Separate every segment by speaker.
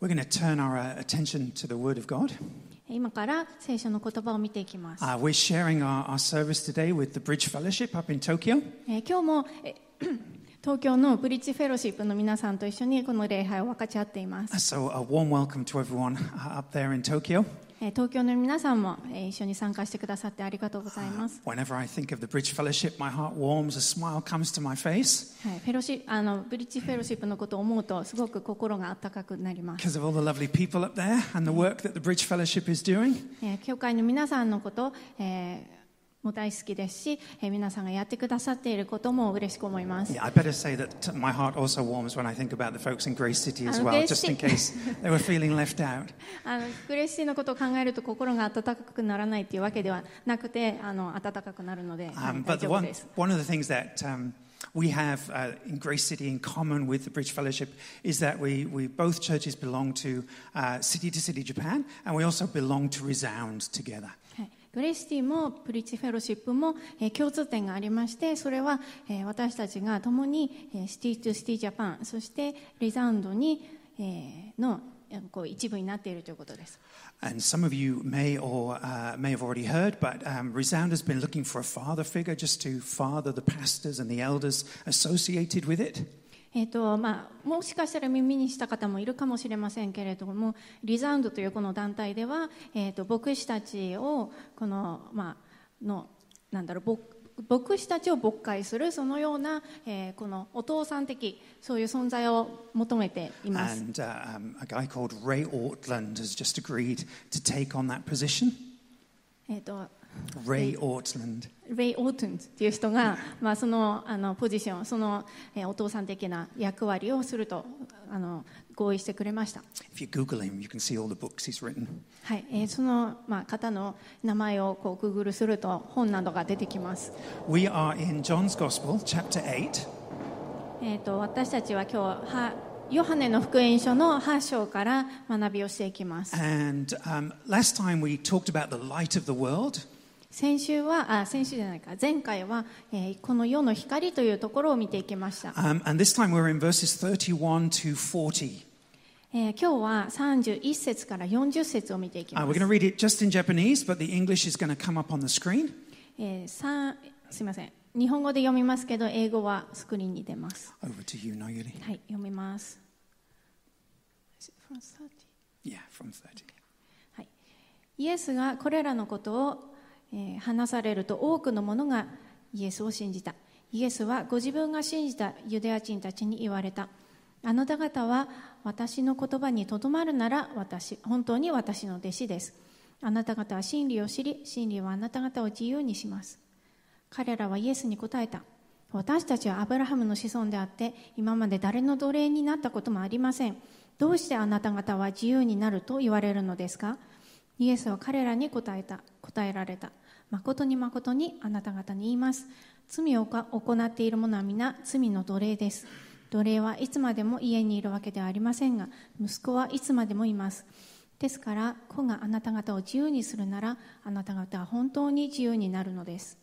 Speaker 1: We're going to turn our uh, attention to the Word of God.
Speaker 2: 今から聖書の言葉を見ていきます。
Speaker 1: Uh, we're sharing our, our service today with the Bridge Fellowship up in Tokyo.
Speaker 2: えー今日もえ 東京のブリッジフェロシップの皆さんと一緒にこの礼拝を分かち合っています。
Speaker 1: Uh, So, a warm welcome to everyone uh, up there in Tokyo.
Speaker 2: えー東京の皆さんもえー一緒に参加してくださってありがとうございます。
Speaker 1: Uh, Whenever I think of the Bridge Fellowship, my heart warms, a smile comes to my face
Speaker 2: はい、フェロシあのブリッジフェロシップのことを思うとすごく心が温かくなります、
Speaker 1: because of all the lovely people up there and the work that the Bridge Fellowship is doing.
Speaker 2: えー教会の皆さんのこと、えーも大好きですし、えー皆さんがやってくださっていることも嬉しく思います、
Speaker 1: Yeah, I better say that my heart also warms when I think about the folks in Grace City as
Speaker 2: I'm
Speaker 1: well,
Speaker 2: Oh, Grace
Speaker 1: just in
Speaker 2: City.
Speaker 1: case they were feeling left out.
Speaker 2: あのグレッシーのことを考えると心が温かくならないっていうわけではなくてあの温かくなるので、はい
Speaker 1: Um,
Speaker 2: 大
Speaker 1: but the
Speaker 2: 丈夫
Speaker 1: one,
Speaker 2: です、
Speaker 1: one of the things that um, we have uh, in Grace City in common with the Bridge Fellowship is that we, we both churches belong to uh, City to City Japan, and we also belong to Resound together.
Speaker 2: はい、グレッシーもプリッチフェロシップも、えー共通点がありましてそれは、えー私たちが共に、えーシティ・トゥ・シティ・ジャパンそしてリザウンドに、えーのえーこう一部になっているということです
Speaker 1: And some of you may or uh, may have already heard, but um, Resound has been looking for a father figure just to father the pastors and the elders associated with it.
Speaker 2: えーとまあ、もしかしたら耳にした方もいるかもしれませんけれどもリザウンドというこの団体では、えー、と牧師たちをこの、まあ、のなんだろう牧牧師たちを牧会するそのような、えーこのお父さん的そういう存在を求めています。
Speaker 1: And uh, um, a guy called Ray Ortland has just agreed to take on that position.
Speaker 2: えー、と
Speaker 1: Ray
Speaker 2: Ray-
Speaker 1: Ortland.
Speaker 2: レイ・オートゥンズっていう人が、まあ、そのあのポジションその、えーお父さん的な役割をするとあの合意してくれました。
Speaker 1: If you Google him, you can see all the books he's written.
Speaker 2: はい、えーその、まあ、方の名前をこうグーグルすると本などが出てきます、
Speaker 1: We are in John's Gospel, chapter 8,
Speaker 2: えー、と私たちは今日はヨハネの福音書の8章から学びをしていきます
Speaker 1: and um, last time we talked about the light of the world,
Speaker 2: 先週はあ先週じゃないか前回は、えーこの世の光というところを見ていきました、
Speaker 1: um, and this time we're in verses 31 to 40.
Speaker 2: えー今日は31節から40節を見ていき
Speaker 1: Uh,
Speaker 2: ま
Speaker 1: we're
Speaker 2: す
Speaker 1: going to read it just in Japanese, but the English is going to come up on the screen.
Speaker 2: えーさんすいません日本語で読みますけど英語はスクリーンに出ます
Speaker 1: Over to you, Noyuri.
Speaker 2: はい読みます Is it from 30?
Speaker 1: Yeah, from 30.
Speaker 2: はい、イエスがこれらのことを、えー話されると多くの者がイエスを信じたイエスはご自分が信じたユダヤ人たちに言われたあなた方は私の言葉にとどまるなら私本当に私の弟子ですあなた方は真理を知り真理はあなた方を自由にします彼らはイエスに答えた私たちはアブラハムの子孫であって今まで誰の奴隷になったこともありませんどうしてあなた方は自由になると言われるのですかイエスは彼らに答えた答えられた誠に誠にあなた方に言います罪をか行っている者は皆罪の奴隷です奴隷はいつまでも家にいるわけではありませんが息子はいつまでもいますですから子があなた方を自由にするならあなた方は本当に自由になるのです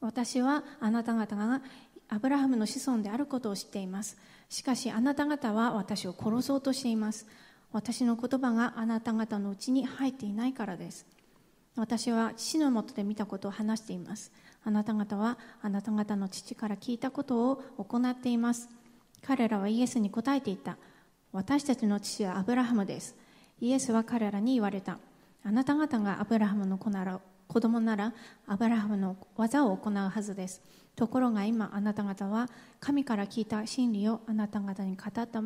Speaker 2: 私はあなた方がアブラハムの子孫であることを知っていますしかしあなた方は私を殺そうとしています私の言葉があなた方のうちに入っていないからです私は父のもとで見たことを話していますあなた方はあなた方の父から聞いたことを行っています彼らはイエスに答えていった私たちの父はアブラハムですイエスは彼らに言われたあなた方がアブラハムの子なら子供ならアブラハムの技を行うはずですところが今あなた方は神から聞いた真理をあなた方に語った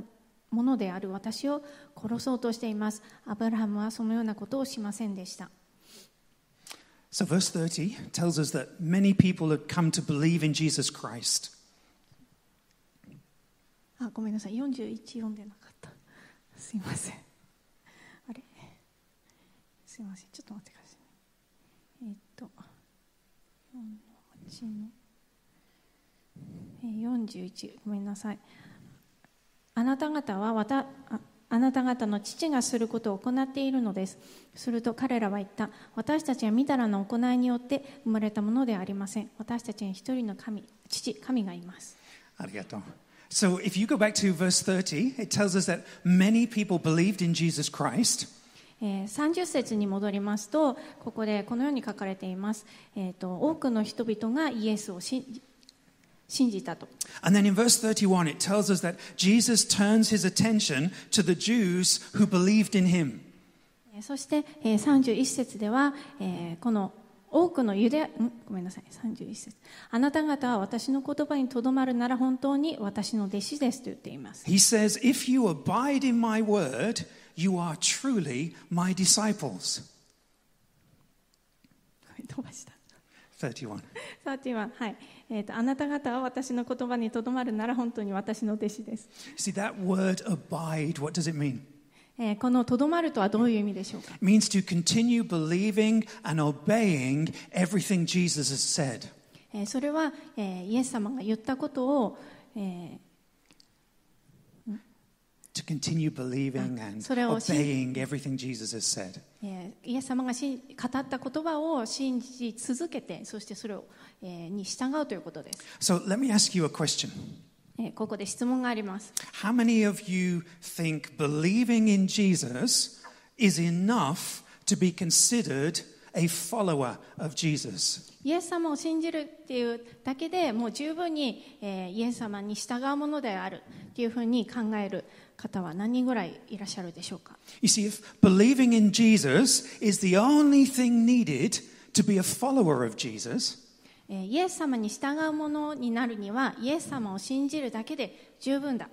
Speaker 2: ものである私を殺そうとしていますアブラハムはそのようなことをしませんでした
Speaker 1: So, verse 30 tells us that many people had come to believe in Jesus Christ.
Speaker 2: あごめんなさい41読んでなかったすいませんあれすいませんちょっと待ってくださいねえーっと4の8のえー41ごめんなさいあなた方はわたああなた方の父がすることを行っているのですすると彼らは言った私たちはみだらの行いによって生まれたものではありません私たちに一人の神父神がいます
Speaker 1: Arigato. So if you go back to verse 30, it tells us that many people believed in Jesus Christ.
Speaker 2: えー30節に戻りますとここでこのように書かれています、えー、と多くの人々がイエスを信じ信じたと
Speaker 1: And then in verse 31, it tells us that Jesus turns his attention to the Jews who believed in him.
Speaker 2: えーそして、えー31節では、えーこの多くのユダヤんごめんなさい31節あなた方は私の言葉にとどまるなら本当に私の弟子ですと言っています
Speaker 1: He says, If you abide in my word, you are truly my disciples.
Speaker 2: これ飛ばした
Speaker 1: 31.
Speaker 2: 31はい、えーとあなた方は私の言葉にとどまるなら本当に私の弟子です、
Speaker 1: See, that word abide, what does it mean?
Speaker 2: えーこのとどまるとはどういう意味でしょうか
Speaker 1: It means to continue believing and obeying everything Jesus has said.
Speaker 2: えーそれは、えーイエス様が言ったことを、えー
Speaker 1: To continue believing and
Speaker 2: それを信
Speaker 1: obeying
Speaker 2: -
Speaker 1: everything Jesus has said.
Speaker 2: えーイエス様がしん語った言葉を信じ続けてそしてそれを、えーに従うということです、
Speaker 1: So let me ask you a question.
Speaker 2: えーここで質問があります、
Speaker 1: How many of you think believing in Jesus is enough to be considered a follower of Jesus?
Speaker 2: イエス様を信じるっていうだけでもう十分に、えーイエス様に従うものであるっていうふうに考える方は何人ぐらいいらっしゃるでしょうか
Speaker 1: You see, if believing in Jesus is the only thing needed to be a follower of Jesus,
Speaker 2: えーイエス様に従うものになるにはイエス様を信じるだけで十分だ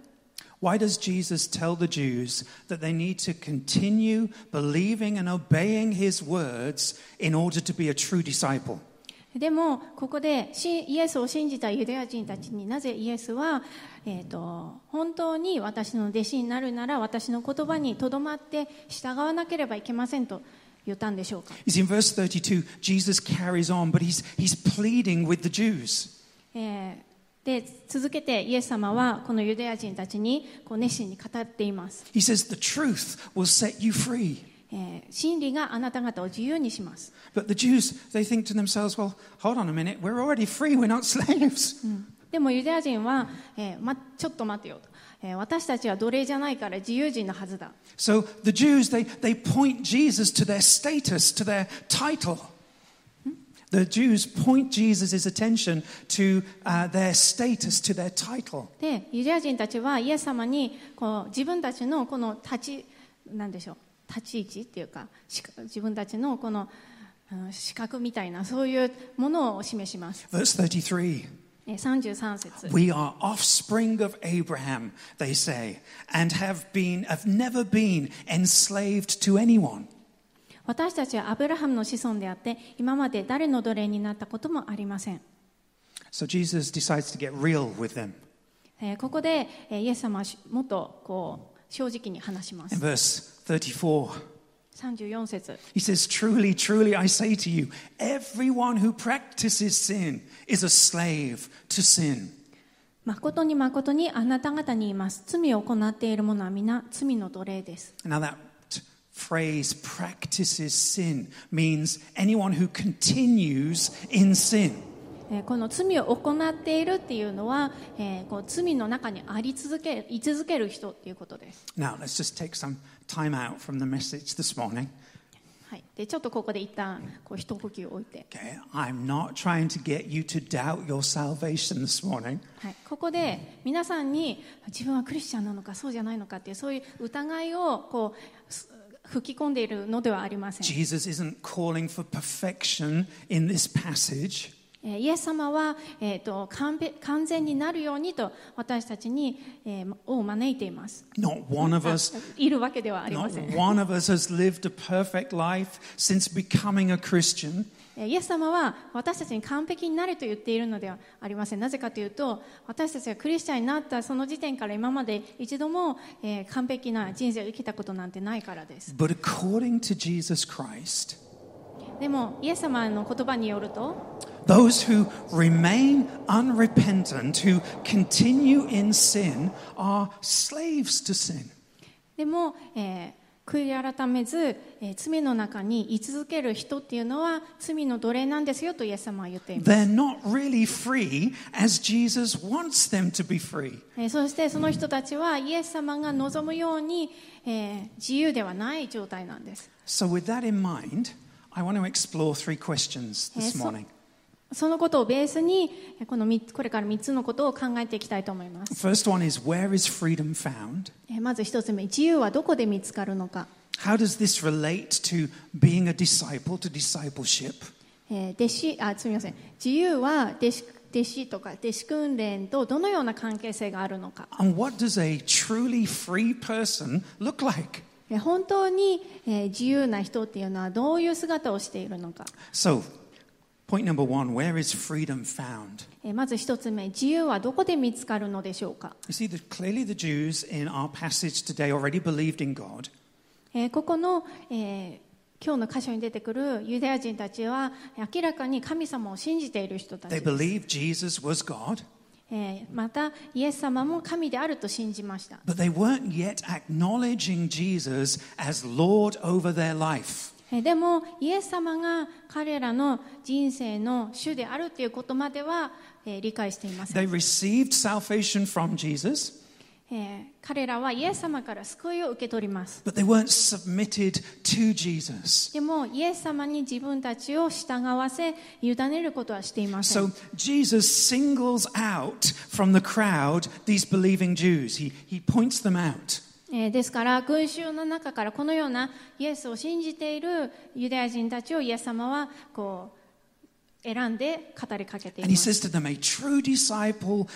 Speaker 1: why does Jesus tell the Jews that they need to continue believing and obeying his words in order to be a true disciple?
Speaker 2: でもここでしイエスを信じたユダヤ人たちになぜイエスは、えー、と本当に私の弟子になるなら私の言葉にとどまって従わなければいけませんと言ったんでしょうか、
Speaker 1: You see, in verse 32, Jesus carries on, but he's, he's pleading with the Jews.
Speaker 2: えーで続けてイエス様はこのユダヤ人たちにこう熱心に語っています、
Speaker 1: He says, The truth will set you free.
Speaker 2: えー真理があなた方を自由にします
Speaker 1: But the Jews, they think to themselves, Well, hold on a minute, we're already free, we're not slaves.
Speaker 2: でもユダヤ人は、えーま、ちょっと待てよと、えー私たちは奴隷じゃないから自由人のはずだ
Speaker 1: So the Jews, they, they point Jesus to their status, to their title. The Jews point Jesus' attention to uh, their status, to their title.
Speaker 2: でユダヤ人たちはイエス様にこう自分たちのこの立ちなんでしょう立ち位置っていうかしか自分たちのこのうん資格みたいなそういうものを示します、
Speaker 1: Verse 33
Speaker 2: えー33節
Speaker 1: We are offspring of Abraham, they say, and have, been, have never been enslaved to anyone.
Speaker 2: 私たちはアブラハムの子孫であって今まで誰の奴隷になったこともありません、
Speaker 1: So Jesus decides to get real with them.
Speaker 2: えーここで、えーイエス様はしもっとこう正直に話しま
Speaker 1: In
Speaker 2: す
Speaker 1: verse 34,
Speaker 2: 34節
Speaker 1: he says, Truly, truly, I say to you, everyone who practices sin is a slave to sin.
Speaker 2: 誠に誠にあなた方に言います罪を行っている者は皆罪の奴隷です
Speaker 1: Now, that t- phrase, practices sin, means anyone who continues in sin.
Speaker 2: えーこの罪を行っているっていうのは、えーこう罪の中にあり続け居続ける人っていうことです、
Speaker 1: Now, let's just take some time out from the message this morning.
Speaker 2: はい、でちょっとここで一旦こう一呼吸置いて、
Speaker 1: Okay, I'm not trying to get you to doubt your salvation this morning.
Speaker 2: はい、ここで皆さんに自分はクリスチャンなのかそうじゃないのかっていうそういう疑いをこうす吹き込んでいるのではありません、
Speaker 1: Jesus isn't calling for perfection in this passage.
Speaker 2: えーイエス様は、えー、と完璧完全になるようにと私たちに、えーを招いています
Speaker 1: Not one of
Speaker 2: あ
Speaker 1: us
Speaker 2: いるわけではありま
Speaker 1: Not
Speaker 2: せん
Speaker 1: one of us has lived a perfect life since becoming a Christian.
Speaker 2: えーイエス様は私たちに完璧になれと言っているのではありませんなぜかというと私たちがクリスチャンになったその時点から今まで一度も、えー完璧な人生を生きたことなんてないからです
Speaker 1: But according to Jesus Christ,
Speaker 2: でもイエス様の言葉によると
Speaker 1: those who remain unrepentant, who continue in sin, are slaves to sin.
Speaker 2: でも、えー悔い改めず、えー罪の中に居続ける人っていうのは罪の奴隷なんですよとイエス様は言っています
Speaker 1: They're not really free as Jesus wants them to be free.
Speaker 2: えーそしてその人たちはイエス様が望むように、えー自由ではない状態なんです、
Speaker 1: So, with that in mind, I want to explore three questions
Speaker 2: えー
Speaker 1: this
Speaker 2: そ
Speaker 1: morning.
Speaker 2: そのことをベースにえーこのみこれから3つのことを考えていきたいと思います、
Speaker 1: First one is Where is freedom found?
Speaker 2: えーまず1つ目自由はどこで見つかるのか、
Speaker 1: How does this relate to being a disciple, to discipleship?
Speaker 2: えー弟子あすみません自由は弟子弟子とか弟子訓練とどのような関係性があるのか
Speaker 1: And what does a truly free person look like?
Speaker 2: えー本当に、えー自由な人っていうのはどういう姿をしているのか、
Speaker 1: So, point number one Where is freedom found?
Speaker 2: えーまず1つ目自由はどこで見つかるのでしょうか
Speaker 1: You see, that clearly the Jews in our passage today already believed in God.
Speaker 2: えーここの、えー今日の箇所に出てくるユダヤ人たちは明らかに神様を信じている人た
Speaker 1: They
Speaker 2: ちで
Speaker 1: believed
Speaker 2: す、
Speaker 1: Jesus was God,
Speaker 2: えーまたイエス様も神であると信じました
Speaker 1: but they weren't yet acknowledging Jesus as Lord over their life.
Speaker 2: えーでもイエス様が彼らの人生の主であるということまでは、えー理解していません、
Speaker 1: They received salvation from Jesus,
Speaker 2: えー彼らはイエス様から救いを受け取ります
Speaker 1: but they weren't submitted to Jesus.
Speaker 2: でもイエス様に自分たちを従わせ委ねることはしていません
Speaker 1: So Jesus singles out from the crowd these believing Jews. He, he points them out.
Speaker 2: えーですから群衆の中からこのようなイエスを信じているユダヤ人たちをイエス様はこう選んで語りかけてい
Speaker 1: And he
Speaker 2: ます
Speaker 1: says to them, A true disciple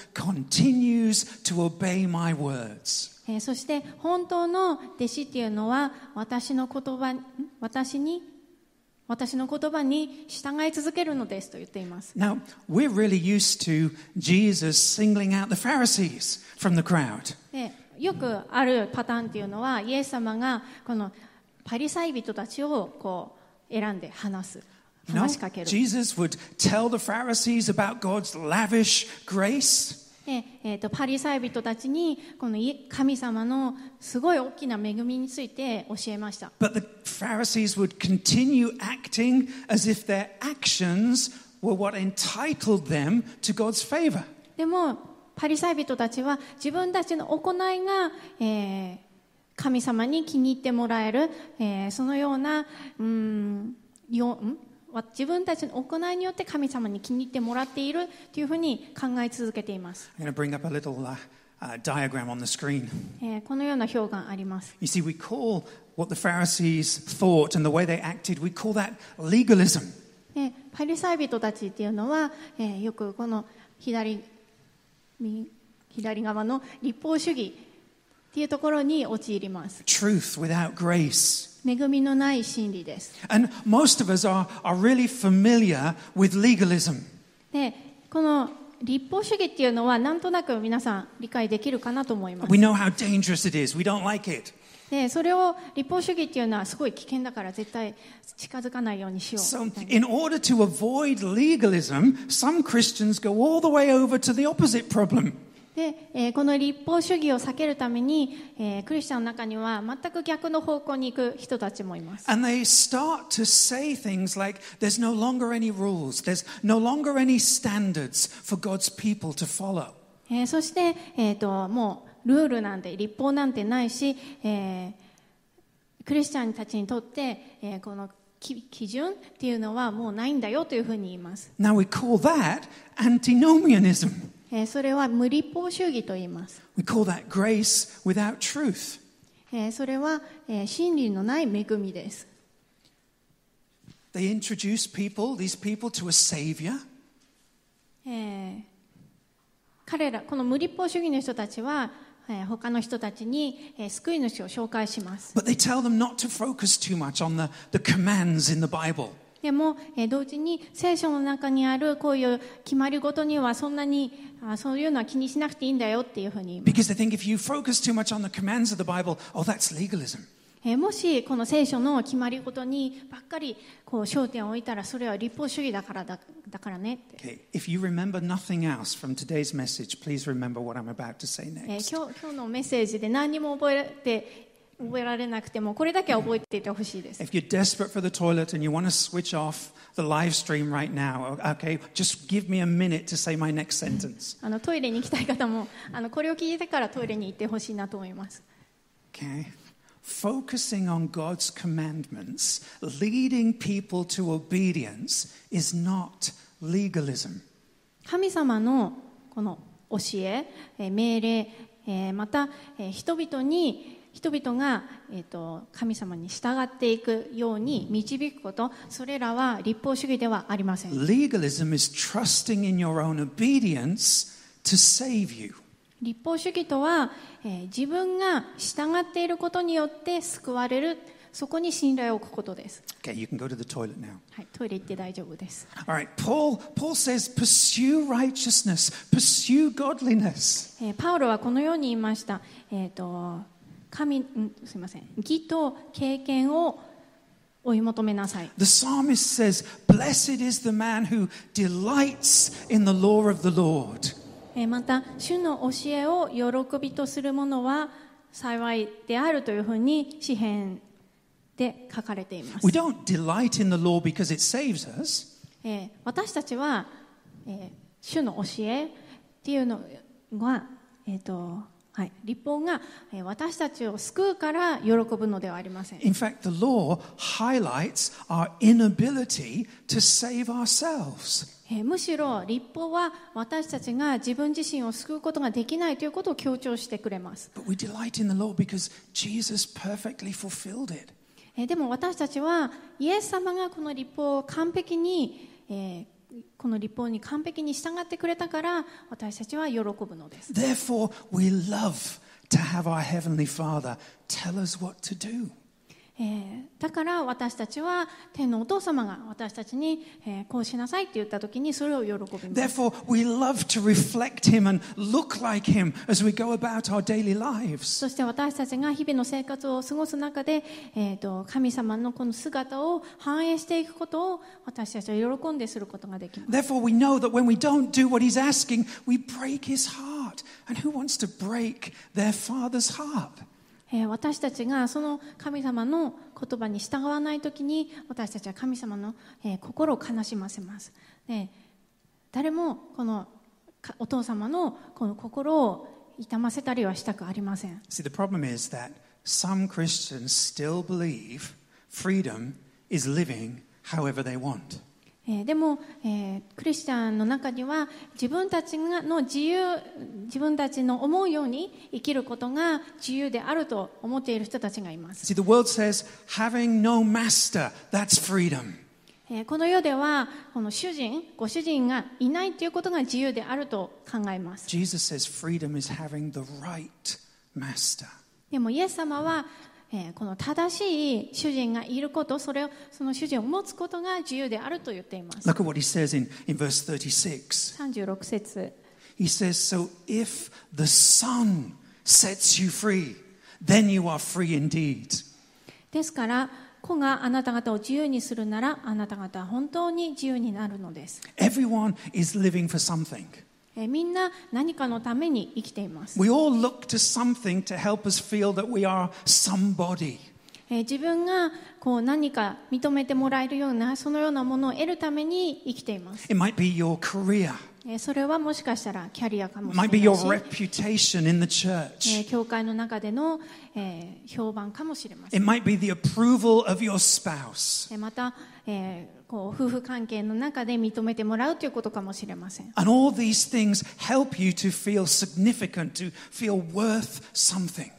Speaker 1: continues to obey my words.
Speaker 2: えーそして本当の弟子っていうのは私の言葉ん私に私の言葉に従い続けるのですと言っています
Speaker 1: Now, we're really used to Jesus singling out the Pharisees from the crowd.
Speaker 2: でよくあるパターンっていうのはイエス様がこのパリサイ人たちをこう選んで話す
Speaker 1: You know,
Speaker 2: 話しかける
Speaker 1: Jesus would tell the Pharisees about God's lavish grace.
Speaker 2: でえー、とパリサイ人たちにこのい神様のすごい大きな恵みについて教えました
Speaker 1: But the Pharisees would continue acting as if their actions were what entitled them to God's favor.
Speaker 2: でもパリサイ人たちは自分たちの行いが、えー神様に気に入ってもらえる、えーそのようなうんよんわ自分たちの行いによって神様に気に入ってもらっているというふうに考え続けています、
Speaker 1: I'm going to bring up a little uh, uh, diagram on the screen.
Speaker 2: えーこのような表があります
Speaker 1: You see, we call what the Pharisees thought and the way they acted, we call that legalism.
Speaker 2: でパリサイ人たちっていうのは、えーよくこの左右左側の立法主義っていうところに陥ります
Speaker 1: Truth without grace.
Speaker 2: 恵みのない真理です
Speaker 1: And most of us are, are really familiar with legalism.
Speaker 2: でこの立法主義っていうのはなんとなく皆さん理解できるかなと思います
Speaker 1: We know how dangerous it is, we don't like it.
Speaker 2: でそれを立法主義っていうのはすごい危険だから絶対近づかないようにしよう
Speaker 1: So,
Speaker 2: みたいな
Speaker 1: in order to avoid legalism, some Christians go all the way over to the opposite problem.
Speaker 2: で、えーこの立法主義を避けるために、えークリスチャンの中には全く逆の方向に行く人たちもいます
Speaker 1: And they start to say things like, there's no longer any rules, there's no longer any standards for God's people to follow.
Speaker 2: えーそして、えー、ともうルールなんて立法なんてないし、えークリスチャンたちにとって、えーこのき基準っていうのはもうないんだよというふうに言います、
Speaker 1: Now, we call that antinomianism.
Speaker 2: えーそれは無立法主義と言います、
Speaker 1: We call that grace without truth.
Speaker 2: えーそれは、えー真理のない恵みです、
Speaker 1: They introduce people, these people, to a savior.
Speaker 2: えー彼らこの無立法主義の人たちは、えー他の人たちに、えー救い主を紹介します、
Speaker 1: But they tell them not to focus too much on the, the commands in the Bible.
Speaker 2: でも、えー同時に聖書の中にあるこういう決まりごとにはそんなにあそういうのは気にしなくていいんだよっていうふうに言います
Speaker 1: Because they think if you focus too much on the commands of the Bible, oh, that's legalism.
Speaker 2: えーもしこの聖書の決まりごとにばっかりこう焦点を置いたらそれは立法主義だからだだからねって、
Speaker 1: Okay, if you remember nothing else from today's message, please remember what I'm about to say
Speaker 2: えー
Speaker 1: next.
Speaker 2: 今日今日のメッセージで何にも覚えて覚えられなくてもこれだけは覚えていてほしいです。
Speaker 1: If you're desperate for the toilet and you want to switch off the live stream right now, okay, just give me a minute to say my next sentence.
Speaker 2: あのトイレに行きたい方もあのこれを聞いてからトイレに行ってほしいなと思います。
Speaker 1: Okay. Focusing on God's commandments, leading people to obedience, is not legalism.
Speaker 2: 神様のこの教ええー命令えーまたえー人々に人々が、えー、と神様に従っていくように導くことそれらは立法主義ではありません
Speaker 1: Legalism is trusting in your own obedience to save you.
Speaker 2: 立法主義とは、えー自分が従っていることによって救われるそこに信頼を置くことです、
Speaker 1: Okay, you can go to the toilet now.
Speaker 2: はい、トイレ行って大丈夫です
Speaker 1: All right, Paul, Paul says, pursue righteousness, pursue godliness.
Speaker 2: えーパウロはこのように言いました、えー、と神んすいません義と経験を追い求めなさい
Speaker 1: The psalmist says, Blessed is the man who delights in the law of the Lord.
Speaker 2: えーまた主の教えを喜びとする者は幸いであるというふうに詩篇で書かれています
Speaker 1: We、don't delight in the law because it saves us.
Speaker 2: えー私たちは、えー主の教えっていうのが、えーとはい、立法が、えー私たちを救うから喜ぶのではありません
Speaker 1: In fact, the law highlights our inability to save ourselves.
Speaker 2: えーむしろ立法は私たちが自分自身を救うことができないということを強調してくれます、
Speaker 1: But we delight in the law because Jesus perfectly fulfilled it.
Speaker 2: えーでも私たちはイエス様がこの立法を完璧に、えーこの立法に完璧に従ってくれたから私たちは喜ぶのです
Speaker 1: Therefore, we love to have our Heavenly Father tell us what to do.
Speaker 2: えーだから私たちは天のお父様が私たちに、えーこうしなさいって言った時にそれを喜びます
Speaker 1: Therefore, we love to reflect Him and look like Him as we go about our daily lives.
Speaker 2: そして私たちが日々の生活を過ごす中で、えー、と神様のこの姿を反映していくことを私たちは喜んですることができます
Speaker 1: Therefore, we know that when we don't do what he's asking, we break his heart. And who wants to break their father's heart?
Speaker 2: えー私たちがその神様の言葉に従わないときに私たちは神様の、えー心を悲しませます、ね誰もこのかお父様のこの心を痛ませたりはしたくありません
Speaker 1: See, the problem is that some Christians still believe freedom is living however they want.
Speaker 2: えーでも、えークリスチャンの中には自分たちがの自由自分たちの思うように生きることが自由であると思っている人たちがいます、
Speaker 1: See, the world says having no master, that's freedom.
Speaker 2: えーこの世ではこの主人ご主人がいないということが自由であると考えます
Speaker 1: Jesus says freedom is having the right master.
Speaker 2: でもイエス様は、えーこの正しい主人がいることそれをその主人を持つことが自由であると言っています
Speaker 1: Look at what he says in, in verse 36.
Speaker 2: 36節
Speaker 1: He says, So if the Son sets you free, then you are free indeed.
Speaker 2: ですから子があなた方を自由にするならあなた方は本当に自由になるのです、
Speaker 1: Everyone is living for something.
Speaker 2: えーみんな何かのために生きています、
Speaker 1: We all look to something to help us feel that we are somebody.
Speaker 2: えー自分がこう何か認めてもらえるようなそのようなものを得るために生きています、
Speaker 1: It might be your career,
Speaker 2: えーそれはもしかしたらキャリアかも
Speaker 1: it
Speaker 2: しれな
Speaker 1: might
Speaker 2: い
Speaker 1: be
Speaker 2: し
Speaker 1: your reputation in the
Speaker 2: え
Speaker 1: church,
Speaker 2: ー教会の中での、えー評判かもしれません
Speaker 1: it might be the approval of your spouse.
Speaker 2: えまた、えーこう夫婦関係の中で認めてもらうということかもしれません、
Speaker 1: And all these things help you to feel significant, to feel worth something.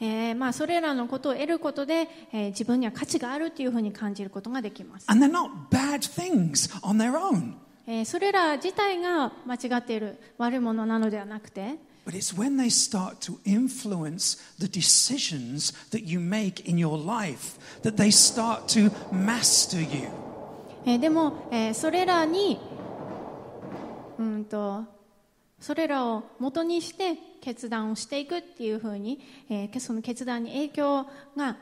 Speaker 2: えーまあ、それらのことを得ることで、えー自分には価値があるというふうに感じることができます、
Speaker 1: And they're not bad things on their own.
Speaker 2: えーそれら自体が間違っている悪いものなのではなくて
Speaker 1: But it's when they start to influence the decisions that you make in your life that they start to master you.
Speaker 2: えーでも、えーそれらにうんとそれらを元にして決断をしていくっていうふうに、えーその決断に影響が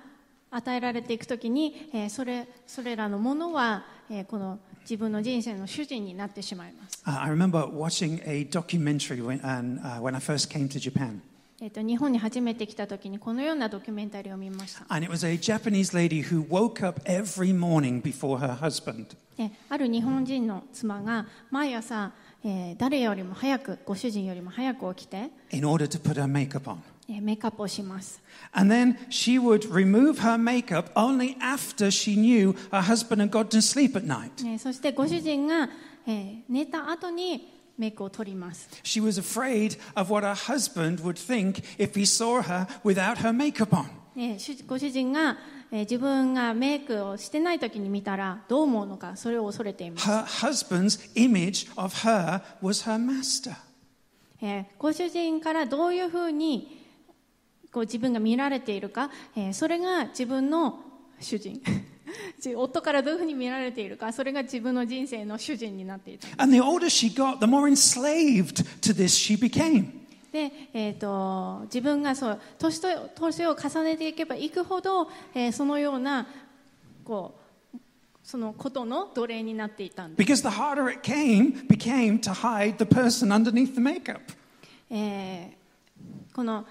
Speaker 2: 与えられていくときに、えーそれそれらのものは、えーこの自分の人生の主人になってしまいます、
Speaker 1: Uh, I remember watching a documentary when, and, uh, when I first came to Japan.
Speaker 2: えっと日本に初めて来た時にこのようなドキュメンタリーを見ました、
Speaker 1: And it was a Japanese lady who woke up every morning before her husband.
Speaker 2: えある日本人の妻が毎朝、えー誰よりも早くご主人よりも早く起きて、
Speaker 1: in order to put her makeup on.
Speaker 2: えーメイクアップをします
Speaker 1: And then she would remove her makeup only after she knew her husband had gone to sleep at night.
Speaker 2: えーそしてご主人が、えー寝た後にメイクを取ります
Speaker 1: She was afraid of what her husband would think if he saw her without her makeup on.
Speaker 2: えー主ご主人が、えー自分がメイクをしてない時に見たらどう思うのかそれを恐れています、
Speaker 1: Her husband's image of her was her master.
Speaker 2: えーご主人からどういうふうにこう自分が見られているか、えーそれが自分の主人 じ夫からどういうふうに見られているかそれが自分の人生の主人になっていた
Speaker 1: And the older she got, the more enslaved to this she became.
Speaker 2: で、えー、と自分がそう年と年を重ねていけばいくほど、えーそのようなこうそのことの奴隷になっていたんです
Speaker 1: Because the harder it came, became to hide the person underneath the makeup.
Speaker 2: えーこの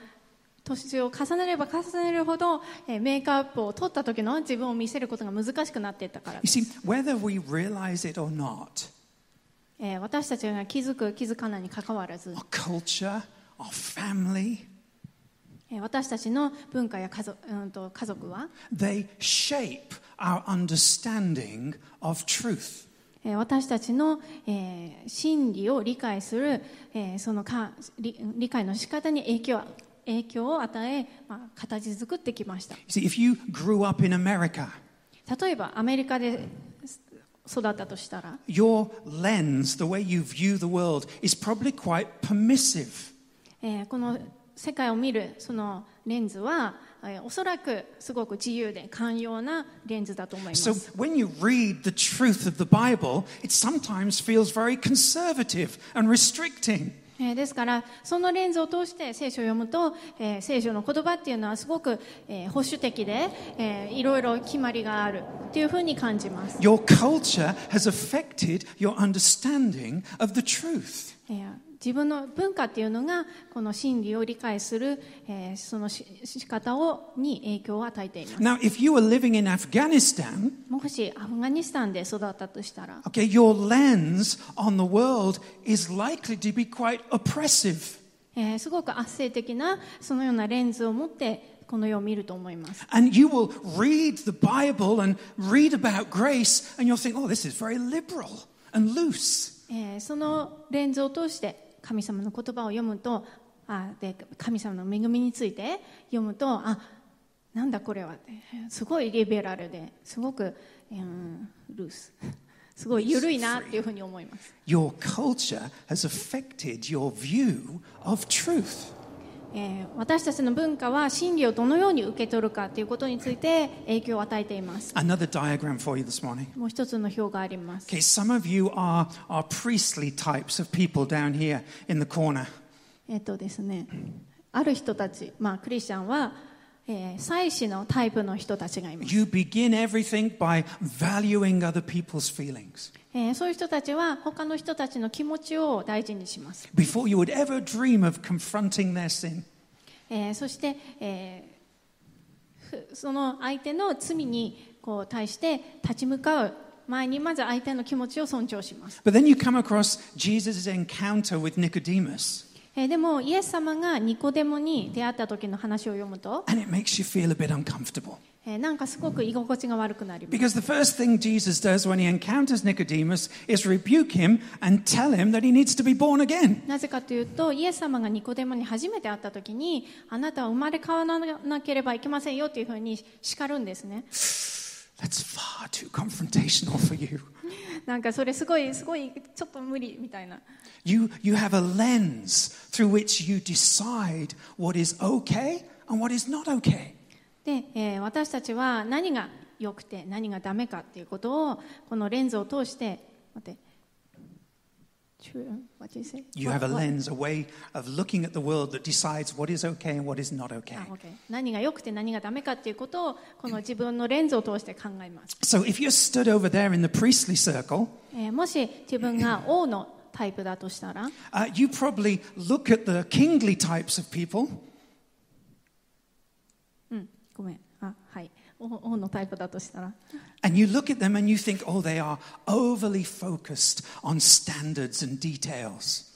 Speaker 2: 年を重ねれば重ねるほど、えーメイクアップを取った時の自分を見せることが難しくなっていったからで
Speaker 1: You
Speaker 2: す、
Speaker 1: see, whether we realize it or not,
Speaker 2: えー私たちが気づく気づかないにかかわらず、
Speaker 1: our culture, our family,
Speaker 2: えー私たちの文化や家族,、うん、と家族は、
Speaker 1: they shape our understanding of truth.
Speaker 2: えー私たちの、えー心理を理解する、えーそのか理理解の仕方に影響影響を与え、まあ、形作ってきました
Speaker 1: You see, if you grew up in America,
Speaker 2: 例えばアメリカで育ったとしたら
Speaker 1: your lens, the way you view the world, is probably quite permissive.
Speaker 2: えーこの世界を見るそのレンズは、えーおそらくすごく自由で寛容なレンズだと思いま
Speaker 1: So
Speaker 2: す、
Speaker 1: when you read the truth of the Bible, it sometimes feels very conservative and restricting.
Speaker 2: えーですからそのレンズを通して聖書を読むと、えー聖書の言葉っていうのはすごく、えー保守的で、えーいろいろ決まりがあるっていうふうに感じます、
Speaker 1: Your culture has affected your understanding of the truth.
Speaker 2: えー自分の文化っていうのがこの真理を理解する、えーそのし仕方をに影響を与えています
Speaker 1: Now, if you were living in Afghanistan,
Speaker 2: もしアフガニスタンで育ったとしたら
Speaker 1: Okay, your lens on the world is likely to be quite oppressive.
Speaker 2: えーすごく圧政的なそのようなレンズを持ってこの世を見ると思います、
Speaker 1: And you will read the Bible and read about grace, and you'll think, oh, this is very liberal and loose.
Speaker 2: えーそのレンズを通して神様の言葉を読むとあで神様の恵みについて読むとあなんだこれはってすごいリベラルですごく、えールース すごい緩いなっていうふうに思います、
Speaker 1: Your culture has affected your view of truth.
Speaker 2: えー私たちの文化は真理をどのように受け取るかということについて影響を与えています
Speaker 1: Another diagram for you this morning.
Speaker 2: もう一つの表があります
Speaker 1: Okay, some of you are, are priestly types of people down here in the corner.
Speaker 2: えっとですね、ある人たち、まあ、クリスチャンは、えー祭祀のタイプの人たちがいます、
Speaker 1: You begin everything by valuing other people's feelings.
Speaker 2: えーそういう人たちは他の人たちの気持ちを大事にします、
Speaker 1: Before you would ever dream of confronting their sin,
Speaker 2: えーそして、えーふその相手の罪にこう対して立ち向かう前にまず相手の気持ちを尊重します、
Speaker 1: But then you come across Jesus' encounter with Nicodemus,
Speaker 2: えーでもイエス様がニコデモに出会った時の話を読むと、
Speaker 1: and it makes you feel a bit uncomfortable.
Speaker 2: えーなんかすごく居心地が悪くなります
Speaker 1: Because the first thing Jesus does when he encounters Nicodemus is rebuke him and tell him that he needs to be born again.
Speaker 2: なぜかというと、イエス様がニコデモに初めて会った時に、あなたは生まれ変わらなければいけませんよというふうに叱るんですね。
Speaker 1: That's far too confrontational for you.
Speaker 2: なんかそれすごい、すごい、ちょっと無理みたいな。
Speaker 1: You, you have a lens through which you decide what is okay and what is not okay.
Speaker 2: で、えー私たちは何が良くて何がダメかっていうことを、このレンズを通して、待って。True. What did you say?
Speaker 1: You have a
Speaker 2: What- what-
Speaker 1: lens, a way of looking at the world that decides what is okay and what is not okay.
Speaker 2: あ OK 何が良くて何がダメかっていうことをこの自分のレンズを通して考えます、
Speaker 1: So if you're stood over there in the priestly circle,
Speaker 2: えーもし自分が王のタイプだとしたら
Speaker 1: Uh, you probably look at the kingly types of people
Speaker 2: ごめん。あ、はい。お王のタイプだとしたら。
Speaker 1: And you look at them and you think, oh, they are overly focused on standards and details.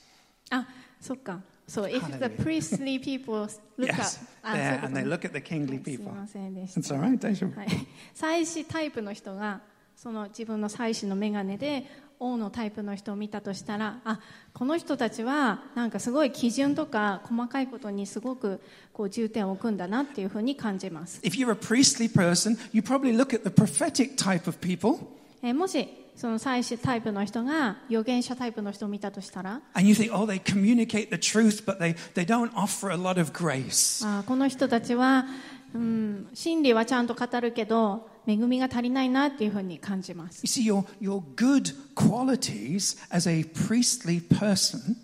Speaker 2: あ、そっか。そう、if the
Speaker 1: Hallelujah.
Speaker 2: priestly people look up.
Speaker 1: Yes,
Speaker 2: あ、そういう
Speaker 1: there,
Speaker 2: こと
Speaker 1: and they
Speaker 2: ね
Speaker 1: look at the kingly
Speaker 2: はいすい
Speaker 1: people.
Speaker 2: ませんでした。
Speaker 1: It's all right, Deja.
Speaker 2: はい、祭司タイプの人がその自分の祭司の眼鏡で王のタイプの人を見たとしたらあこの人たちはなんかすごい基準とか細かいことにすごくこう重点を置くんだなっていうふうに感じます、
Speaker 1: If you're a priestly person, you probably look at the prophetic type of people
Speaker 2: えーもしその祭司タイプの人が預言者タイプの人を見たとしたら
Speaker 1: and you think, oh, they communicate the truth, but they, they don't offer a lot of grace.
Speaker 2: あこの人たちは、うん、真理はちゃんと語るけど恵みが足りないなっていうふうに感じます
Speaker 1: You see, your, your good qualities as a priestly person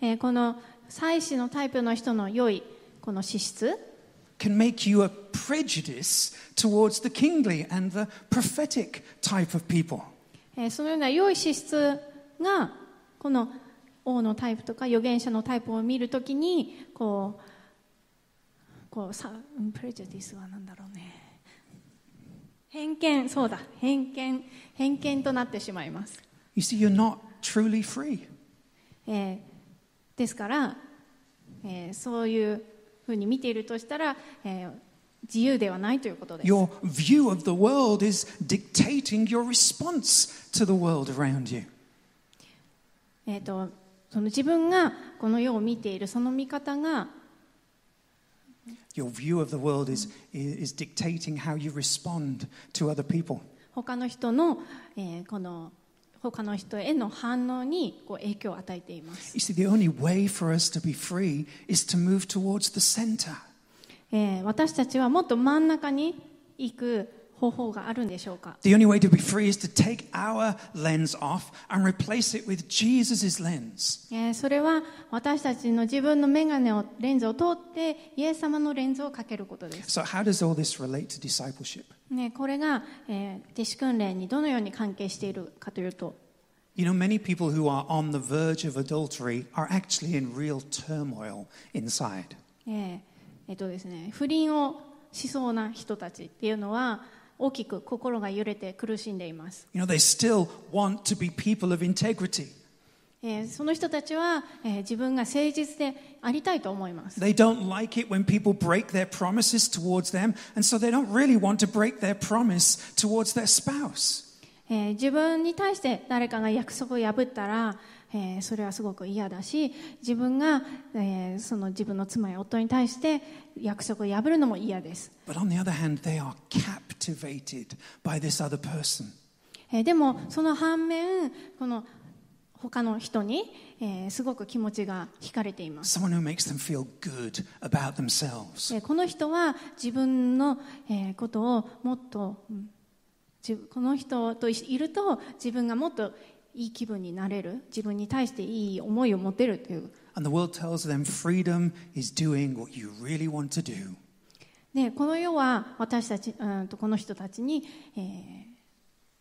Speaker 2: えーこの祭司のタイプの人の良いこの資質
Speaker 1: can make you a prejudice towards the kingly and the prophetic type of people.
Speaker 2: えーそのような良い資質がこの王のタイプとか預言者のタイプを見るときにこうこうさプレジュディスは何だろうね偏見そうだ偏見偏見となってしまいます、
Speaker 1: You see, you're not truly free.
Speaker 2: えーですから、えーそういうふうに見ているとしたら、えー自由ではないということです
Speaker 1: Your view of the world is dictating your response to the world around you.
Speaker 2: えー、とその自分がこの世を見ているその見方が
Speaker 1: Your view of the world is, is dictating how you respond to other people.
Speaker 2: 他の人の、えーこの他の人への反応にこう影響を与えています、
Speaker 1: You see, the only way for us to be free is to move towards the center.
Speaker 2: えー私たちはもっと真ん中に行く方法があるんでしょうか、
Speaker 1: The only way to be free is to take our lens off and replace it with Jesus' lens.
Speaker 2: えーそれは私たちの自分の眼鏡をレンズを通ってイエス様のレンズをかけることです、
Speaker 1: So, how does all this relate to discipleship?
Speaker 2: ね、これが、えー弟子訓練にどのように関係しているかというと
Speaker 1: You know, many people who are on the verge of adultery are actually in real turmoil inside.
Speaker 2: えーえっとですね、不倫をしそうな人たちっていうのは大きく心が揺れて苦しんでいます、
Speaker 1: You know, they still want to be people of integrity.
Speaker 2: えーその人たちは、えー自分が誠実でありたいと思います、
Speaker 1: They don't like it when people break their promises towards them, and so they don't really want to break their promise towards their spouse.
Speaker 2: えー自分に対して誰かが約束を破ったら、えーそれはすごく嫌だし自分が、えーその自分の妻や夫に対して約束を破るのも嫌です、
Speaker 1: But on the other hand, they are captivated by this other person.
Speaker 2: えーでもその反面この他の人に、えーすごく気持ちが惹かれています
Speaker 1: Someone who makes them feel good about themselves.
Speaker 2: えーこの人は自分のえーことをもっとうんじこの人といいると自分がもっといい気分になれる自分に対していい思いを持てるという
Speaker 1: And the world tells them freedom is doing what you really want to do.
Speaker 2: でこの世は私たちうんとこの人たちに、えー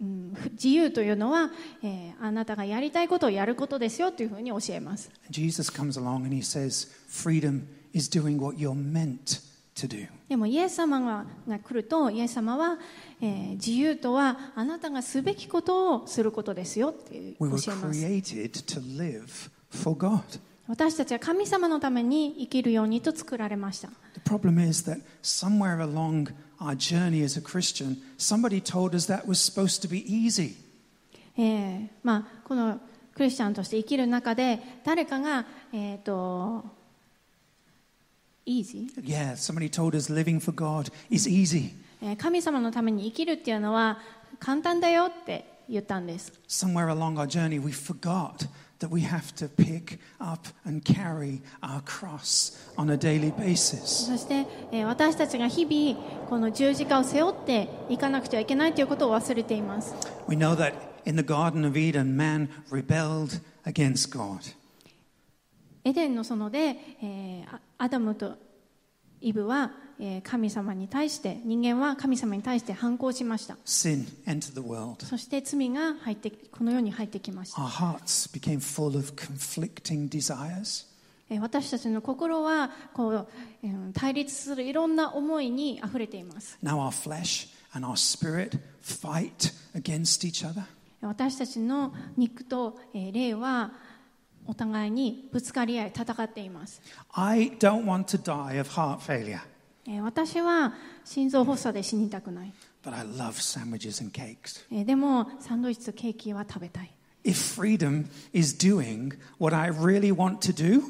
Speaker 2: うんふ自由というのは、えーあなたがやりたいことをやることですよというふうに教えます、
Speaker 1: And Jesus comes along and he says, freedom is doing what you're meant to do.
Speaker 2: でもイエス様がが来るとイエス様は、えー自由とはあなたがすべきことをすることですよっていう
Speaker 1: We were
Speaker 2: 教えます
Speaker 1: created to live for God.
Speaker 2: 私たちは神様のために生きるようにと作られました、
Speaker 1: The problem is that somewhere along our journey as a Christian, somebody told us that was supposed to be easy.
Speaker 2: えーまあ、このクリスチャンとして生きる中で誰かがえっ、とイージ
Speaker 1: Yeah, somebody told us living for God is easy.
Speaker 2: ー神様のために生きるっていうのは簡単だよって言ったんです、
Speaker 1: Somewhere along our journey, we forgot that we have to pick up and carry our cross on a daily basis.
Speaker 2: そして、えー私たちが日々この十字架を背負っていかなくちゃいけないということを忘れています
Speaker 1: We know that in the Garden of Eden, man rebelled against God.
Speaker 2: エデンの園で、えーあアダムとイブは、えー神様に対して人間は神様に対して反抗しました
Speaker 1: Sin entered the world.
Speaker 2: そして罪が入ってこの世に入ってきました、
Speaker 1: Our hearts became full of conflicting desires.
Speaker 2: ええー私たちの心はこう、えー対立するいろんな思いにあふれています
Speaker 1: Now our flesh and our spirit fight against each other.
Speaker 2: 私たちの肉と、えー霊はお互いにぶつかり合い戦っています、
Speaker 1: I don't want to die of heart failure,
Speaker 2: えー私は心臓発作で死にたくない、
Speaker 1: but I love sandwiches and cakes.
Speaker 2: えーでもサンドイッチとケーキは食べたい、
Speaker 1: If freedom is doing what I really want to do,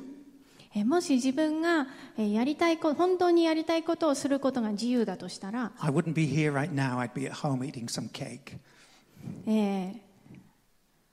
Speaker 2: えーもし自分が、えーやりたいこ本当にやりたいことをすることが自由だとしたら、
Speaker 1: I wouldn't be here right now. I'd be at home eating some cake.
Speaker 2: えー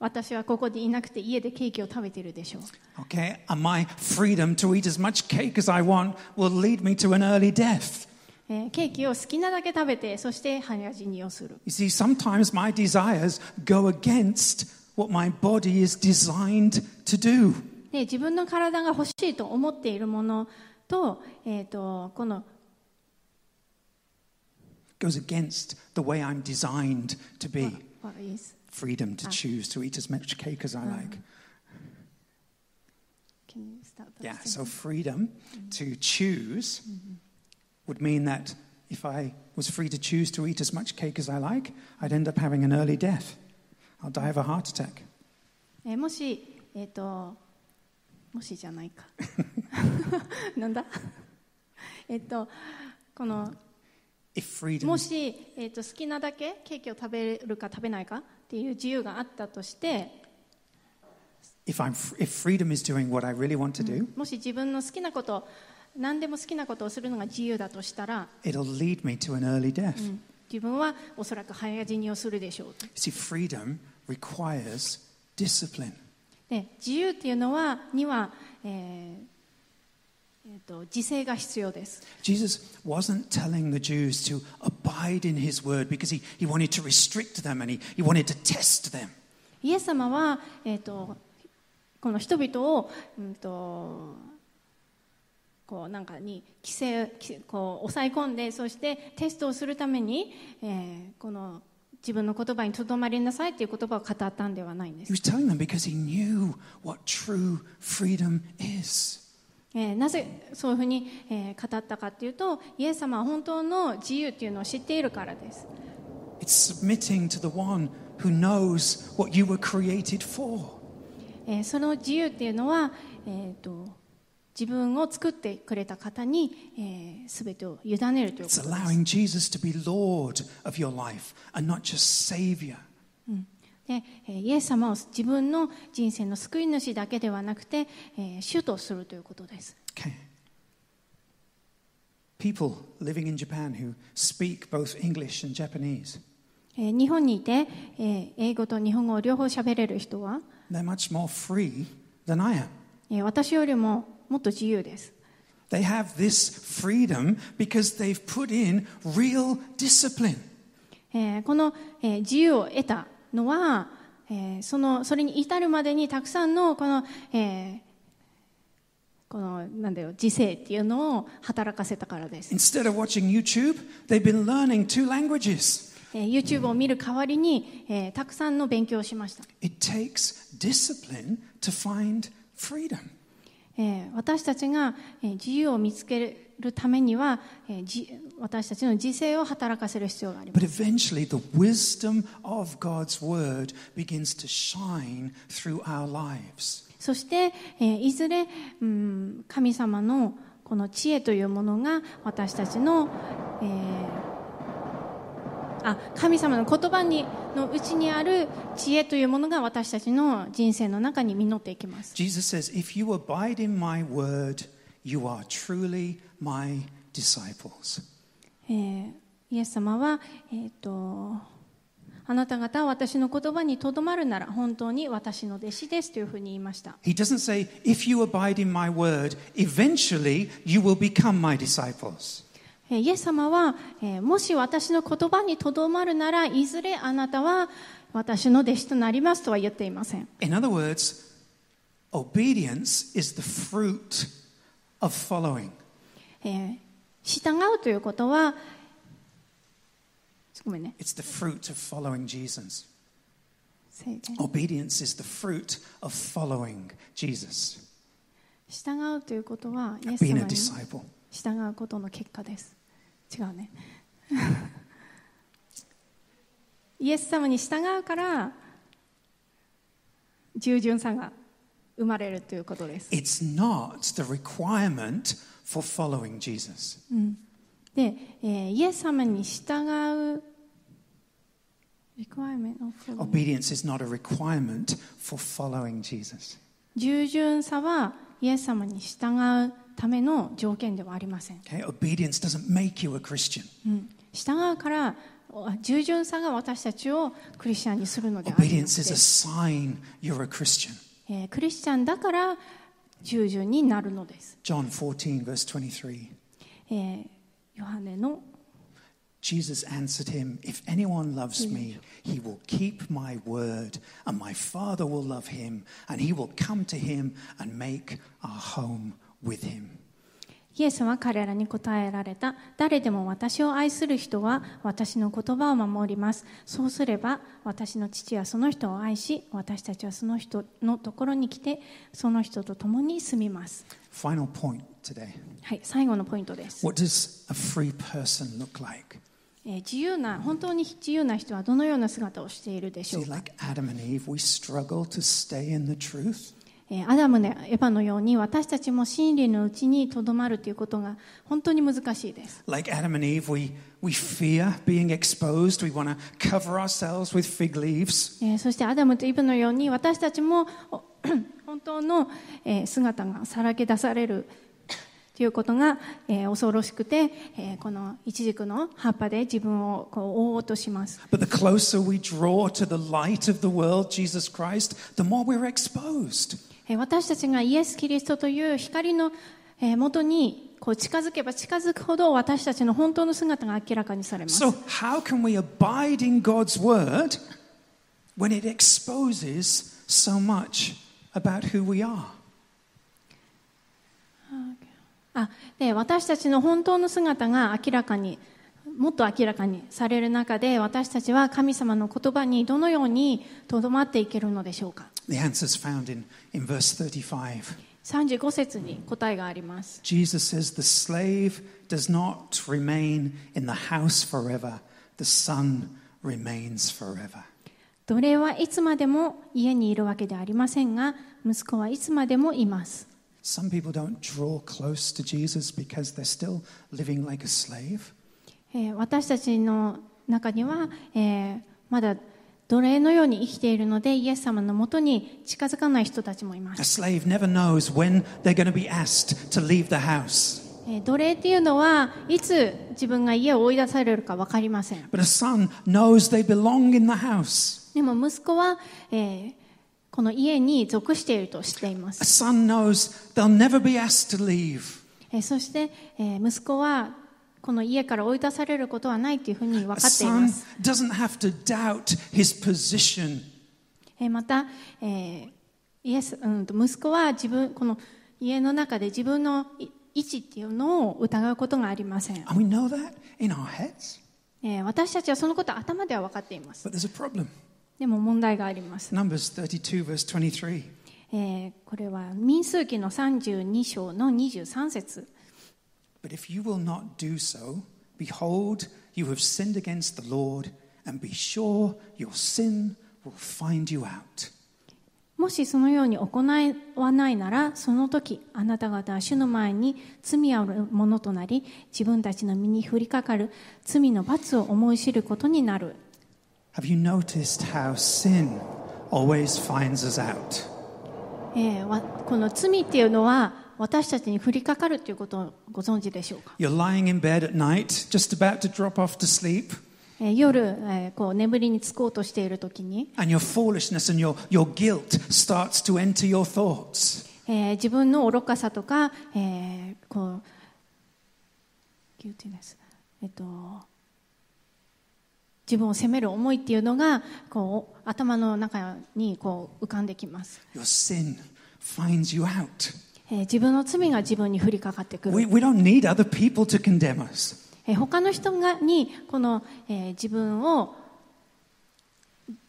Speaker 2: 私はここでいなくて家でケーキを食べてるでしょう
Speaker 1: Okay? And my freedom to eat as much cake as I want will lead me to an early death.
Speaker 2: えーケーキを好きなだけ食べてそして早死にをする
Speaker 1: You see, sometimes my desires go against what my body is designed to do.
Speaker 2: で自分の体が欲しいと思っているものと,、えー、とこの
Speaker 1: It goes against the way I'm designed to be.
Speaker 2: What is-
Speaker 1: Freedom to choose to eat as much cake as I like.
Speaker 2: can you start that
Speaker 1: Yeah,
Speaker 2: sentence?
Speaker 1: so freedom to choose would mean that if I was free to choose to eat as much cake as I like, I'd end up having an early death. I'll die of a heart attack.
Speaker 2: えーもしえっ、ともしじ ゃないかなんだ えっとこの
Speaker 1: If freedom
Speaker 2: もし、えー、と好きなだけケーキを食べるか食べないかっていう自由があったとして、
Speaker 1: if I'm if freedom is doing what I really want to do,
Speaker 2: もし自分の好きなこと何でも好きなことをするのが自由だとしたら、
Speaker 1: it'll lead me to an early death.
Speaker 2: うん自分はおそらく早死にをするでしょうと
Speaker 1: See, freedom requires discipline.
Speaker 2: で自由っていうのはには、えーえーと自制が必要です
Speaker 1: Jesus wasn't telling the Jews to abide in his word because he, he wanted to restrict them and he, he wanted to test them.
Speaker 2: イエス様は、えー、とこの人々を、うん、とこうなんかに規制規制こう抑え込んでそしてテストをするために、えーこの自分の言葉にとどまりなさいっていう言葉を語ったんではないんで
Speaker 1: He
Speaker 2: す、
Speaker 1: was telling them because he knew what true freedom is.
Speaker 2: えーなぜそういうふうに、えー語ったかっていうとイエス様は本当の自由っていうのを知っているからです
Speaker 1: It's submitting to the one who knows what you were created for.
Speaker 2: えーその自由っていうのは、えーと自分を作ってくれた方に、えー、全てを委ねるというこ
Speaker 1: It's
Speaker 2: とです
Speaker 1: allowing Jesus to be Lord of your life and not just Savior.
Speaker 2: でえーイエス様を自分の人生の救い主だけではなくて、えー主とするということです、
Speaker 1: Okay. People living in Japan who speak both English and Japanese,
Speaker 2: えー日本にいて、えー英語と日本語を両方喋れる人は、
Speaker 1: they're much more free than I am.
Speaker 2: えー私よりももっと自由です、
Speaker 1: They have this freedom because they've put in real discipline.
Speaker 2: えーこの、えー自由を得たのは、えーそのそれに至るまでにたくさんのこの,、えーこのなんだよ自制っていうのを働かせたからです、
Speaker 1: Instead of watching YouTube, they've been learning two languages.
Speaker 2: えー YouTube を見る代わりに、えーたくさんの勉強をしました、
Speaker 1: It takes discipline to find freedom.
Speaker 2: えー私たちが、えー自由を見つけるためには、えーじ私たちの自制を働かせる必要があります
Speaker 1: But eventually, the wisdom of God's word begins to shine through our lives.
Speaker 2: そして、えーいずれ、うん、神様のこの知恵というものが私たちの、えーあ神様の言葉にのうちにある知恵というものが私たちの人生の中に実っていきます、
Speaker 1: Jesus says, If you abide in my word, you are truly my disciples.
Speaker 2: えーイエス様は、えー、とあなた方は私の言葉にとどまるなら本当に私の弟子ですというふうに言いました、
Speaker 1: He doesn't say, If you abide in my word, eventually you will become my disciples.
Speaker 2: えーイエス様は、えーもし私の言葉にとどまるならいずれあなたは私の弟子となりますとは言っていません、
Speaker 1: In other words, obedience is the fruit of following.
Speaker 2: えー従うということはごめんね
Speaker 1: It's the fruit of following Jesus.
Speaker 2: せ
Speaker 1: Obedience is the fruit of following Jesus.
Speaker 2: 従うということは、イエス
Speaker 1: being
Speaker 2: 様
Speaker 1: a
Speaker 2: に
Speaker 1: disciple.
Speaker 2: 従うことの結果です。違うね。 イエス様に従うから、従順さが生まれるということです。
Speaker 1: It's not the requirement for following Jesus.
Speaker 2: で、えーイエス様に従う requirement of following
Speaker 1: Obedience is not a requirement for following Jesus.
Speaker 2: 従順さはイエス様に従うための条件ではありません、
Speaker 1: Okay? Obedience doesn't make you a Christian.
Speaker 2: うん従うからお従順さが私たちをクリスチャンにするのでありま
Speaker 1: Obedience is
Speaker 2: せ
Speaker 1: a
Speaker 2: ん、
Speaker 1: sign you're a Christian.
Speaker 2: えークリスチャンだから従順になるのです、
Speaker 1: John 14, verse 23.
Speaker 2: えーヨハネの
Speaker 1: Jesus answered him, If anyone loves me, he will keep my word, and my Father will love him, and he will come to him and make our home with him.
Speaker 2: イエスは彼らに答えられた。誰でも私を愛する人は私の言葉を守ります。そうすれば私の父はその人を愛し、私たちはその人のところに来て、その人と共に住みます。
Speaker 1: Final point today.
Speaker 2: はい、最後のポイントです。
Speaker 1: What does a free person look like?
Speaker 2: えー自由な、本当に自由な人はどのような姿をしているでしょ
Speaker 1: See,
Speaker 2: うか。
Speaker 1: like Adam and Eve, we struggle to stay in the truth.
Speaker 2: えーアダムやエヴァのように私たちも真理のうちにとどまるということが本当に難しいです。
Speaker 1: Like Adam and Eve, we, we fear being exposed. We want to cover ourselves with fig leaves.
Speaker 2: えーそしてアダムとイブのように私たちもお 本当のえー姿がさらけ出されるということがえー恐ろしくてえーこのイチジクの葉っぱで自分をこう覆おうとします
Speaker 1: But the closer we draw to the light of the world, Jesus Christ, the more we're exposed.
Speaker 2: えー私たちがイエス・キリストという光のえー元にこう近づけば近づくほど私たちの本当の姿が明らかにされます
Speaker 1: So, how can we abide in God's word when it exposes so much about who we are?
Speaker 2: あで私たちの本当の姿が明らかにもっと明らかにされる中で私たちは神様の言葉にどのようにとどまっていけるのでしょうか
Speaker 1: The answer's found in, in verse 35.
Speaker 2: 35節に答えがあります
Speaker 1: Jesus says, The slave does not remain in the house forever, the son remains forever.
Speaker 2: 奴隷はいつまでも家にいるわけではありませんが息子はいつまでもいます
Speaker 1: Some people don't draw close to Jesus because they're still living like a slave.
Speaker 2: えー私たちの中には、えーまだ奴隷のように生きているのでイエス様のもとに近づかない人たちもいます
Speaker 1: A slave never knows when they're going to be asked to leave the house.
Speaker 2: えー奴隷っていうのはいつ自分が家を追い出されるか分かりません
Speaker 1: But a son knows they belong in the house.
Speaker 2: でも息子は、えーこの家に属していると知っていま
Speaker 1: A
Speaker 2: す、
Speaker 1: son knows they'll never be asked to leave.
Speaker 2: えーそして、えー息子はこの家から追い出されることはないというふうに分
Speaker 1: A
Speaker 2: かっていま
Speaker 1: son
Speaker 2: す、
Speaker 1: doesn't have to doubt his position.
Speaker 2: えーまた、えーイエスうんと、息子は自分この家の中で自分のい位置っていうのを疑うことがありません、
Speaker 1: And we know that in our heads.
Speaker 2: えー私たちはそのことは頭では分かっています
Speaker 1: But there's a problem.
Speaker 2: でも問題があります、
Speaker 1: Numbers 32, verse 23.
Speaker 2: えーこれは民数記の32章の23節
Speaker 1: But if you will not do so, behold, you have sinned against the Lord, and be sure your sin will find you out.
Speaker 2: もしそのように行わないならその時あなた方は主の前に罪あるものとなり自分たちの身に降りかかる罪の罰を思い知ることになる
Speaker 1: Have you noticed how sin always finds us out?
Speaker 2: えーわこの罪っていうのは私たちに降りかかるということをご存知でしょうか、
Speaker 1: You're lying in bed at night, just about to drop off to sleep,
Speaker 2: えー夜、えーこう眠りにつこうとしている時に、
Speaker 1: and your foolishness and your, your guilt starts to enter your thoughts.
Speaker 2: えー自分の愚かさとか、えーこう guiltiness えっと自分を責める思いっていうのがこう頭の中にこう浮かんできます、
Speaker 1: Your sin finds you out.
Speaker 2: えー自分の罪が自分に降りかかってく
Speaker 1: We,
Speaker 2: る、
Speaker 1: we don't need other people to condemn us.
Speaker 2: えー他の人がにこの、えー自分を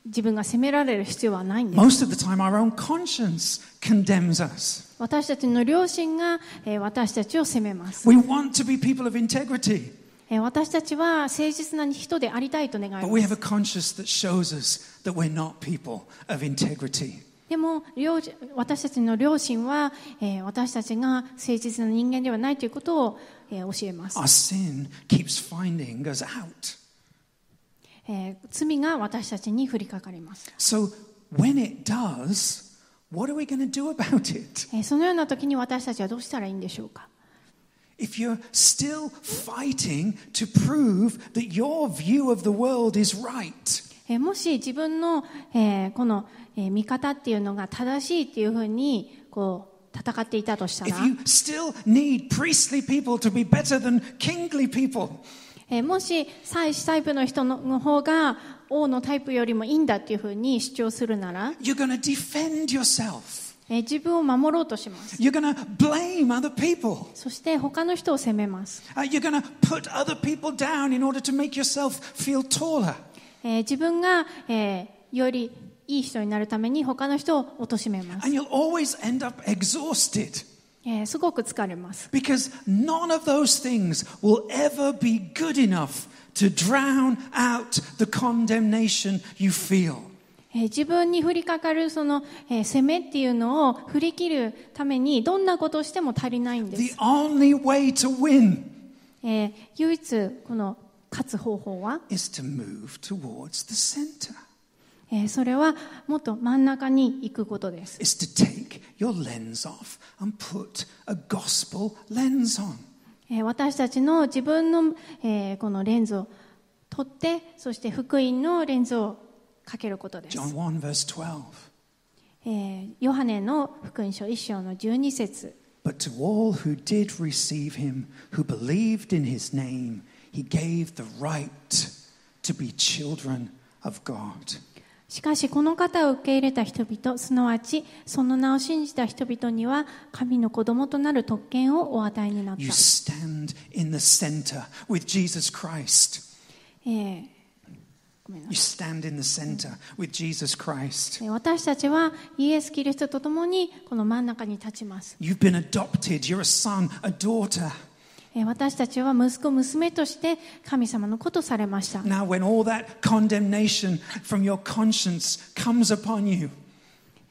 Speaker 2: 自分が責められる必要はないんです
Speaker 1: Most of the time, our own conscience condemns us.
Speaker 2: 私たちの両親が、えー私たちを責めます、
Speaker 1: We want to be people of integrity,
Speaker 2: えー私たちは誠実な人でありたいと願い
Speaker 1: but
Speaker 2: ま
Speaker 1: we have
Speaker 2: す
Speaker 1: a conscience that shows us that we're not people of integrity.
Speaker 2: でも両私たちの両親は、えー私たちが誠実な人間ではないということを、えー教えます、
Speaker 1: Our sin keeps finding us out.
Speaker 2: えー罪が私たちに降りかかります、
Speaker 1: So when it does, what are we going to do about it?
Speaker 2: えーそのような時に私たちはどうしたらいいんでしょうか
Speaker 1: If you're still fighting to prove that your view of the world is right,
Speaker 2: えーもし自分の、えーこの、えー見方っていうのが正しいっていうふうにこう戦っていたとしたら
Speaker 1: if、you still need priestly people to be better than kingly people,
Speaker 2: えーもし祭司タイプの人のの方が王のタイプよりもいいんだっていうふうに主張するなら、
Speaker 1: you're going to defend yourself.
Speaker 2: えー自分を守ろうとします
Speaker 1: You're going to blame other people.
Speaker 2: そして他の人を責めます、
Speaker 1: Uh, you're going to put other people down in order to make yourself feel taller.
Speaker 2: えー自分が、えーよりいい人になるために他の人を貶めます、
Speaker 1: And you'll always end up exhausted
Speaker 2: えーすごく疲れます
Speaker 1: because none of those things will ever be good enough to drown out the condemnation you feel.
Speaker 2: えー自分に降りかかるその、えー責めっていうのを振り切るためにどんなことをしても足りないんです
Speaker 1: The only way to win
Speaker 2: えー唯一この勝つ方法は、
Speaker 1: is to move towards the center,
Speaker 2: えーそれはもっと真ん中に行くことです
Speaker 1: is to take your lens off and put a gospel lens on.
Speaker 2: えー私たちの自分の、えーこのレンズを取ってそして福音のレンズをかけることです、
Speaker 1: John 1, verse 12.
Speaker 2: えーヨハネの福音書1章の12節
Speaker 1: But to all who did receive him, who believed in his name, he gave the right to be children of God.
Speaker 2: しかしこの方を受け入れた人々すなわちその名を信じた人々には神の子供となる特権をお与えになった
Speaker 1: You stand in the center with Jesus Christ.
Speaker 2: えーごめんなさい
Speaker 1: You stand in the center with Jesus Christ.
Speaker 2: え私たちはイエス・キリストと共にこの真ん中に立ちます
Speaker 1: You've been adopted. You're a son, a daughter.
Speaker 2: え私たちは息子娘として神様の子とされました
Speaker 1: Now, when all that condemnation from your conscience comes upon you,